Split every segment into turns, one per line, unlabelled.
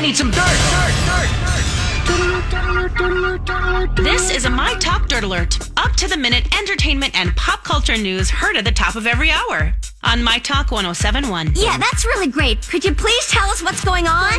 need some dirt, dirt,
This is a My Talk Dirt Alert. Up to the minute entertainment and pop culture news heard at the top of every hour on My Talk 1071.
Yeah, that's really great. Could you please tell us what's going on?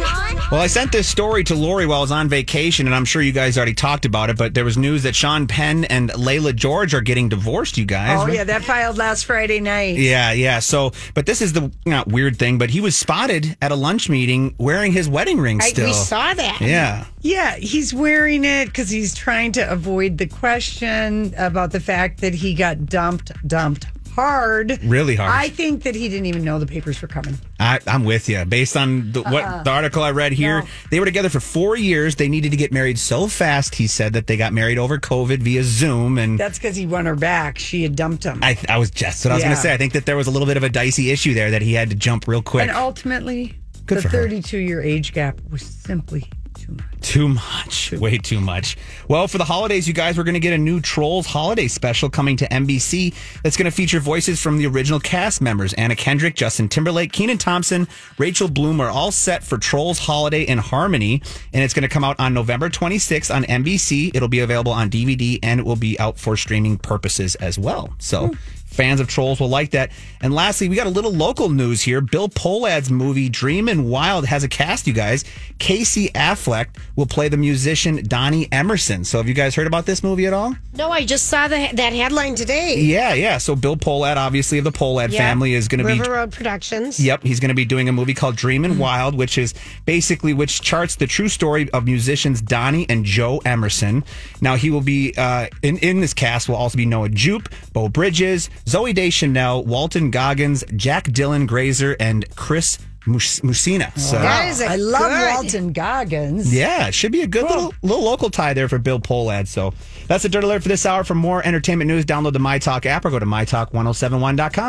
Well, I sent this story to Lori while I was on vacation, and I'm sure you guys already talked about it, but there was news that Sean Penn and Layla George are getting divorced, you guys.
Oh, yeah, that filed last Friday night.
Yeah, yeah. So, but this is the not weird thing, but he was spotted at a lunch meeting wearing his wedding ring
I-
still.
we saw that.
Yeah.
Yeah, he's wearing it because he's trying to avoid the question about the fact that he got dumped, dumped hard.
Really hard.
I think that he didn't even know the papers were coming.
I, I'm with you. Based on the, what
Uh-uh.
the article I read here, they were together for four years. They needed to get married so fast. He said that they got married over COVID via Zoom, and
That's because he won her back. She had dumped him.
I, I was just what I was going
Yeah.
to say. I think that there was a little bit of a dicey issue there that he had to jump real quick.
and ultimately,
Good
the
for her.
32 year age gap was simply too much.
Too much. Way too much. Well, for the holidays, you guys, we're going to get a new Trolls holiday special coming to NBC that's going to feature voices from the original cast members. Anna Kendrick, Justin Timberlake, Keenan Thompson, Rachel Bloom are all set for Trolls Holiday in Harmony. And it's going to come out on November 26th on NBC. It'll be available on DVD and it will be out for streaming purposes as well. So. Fans of Trolls will like that. And lastly, we got a little local news here. Bill Polad's movie Dreamin' Wild has a cast, you guys. Casey Affleck will play the musician Donnie Emerson. So have you guys heard about this movie at all?
No, I just saw the, that headline today.
Yeah, yeah. So Bill Polad, obviously of the Polad
Yeah.
family, is going to be
River Road Productions.
Yep, he's going to be doing a movie called Dreamin' Wild, which is basically which charts the true story of musicians Donnie and Joe Emerson. Now he will be uh, in in this cast will also be Noah Jupe, Bo Bridges, Zoe Deschanel, Walton Goggins, Jack Dylan Grazer, and Chris Mus- Musina. So.
That is a
I love
good-
Walton Goggins.
Yeah, it should be a good little little local tie there for Bill Polad. So that's the Dirt Alert for this hour. For more entertainment news, download the My Talk oh app or go to mytalk1071.com.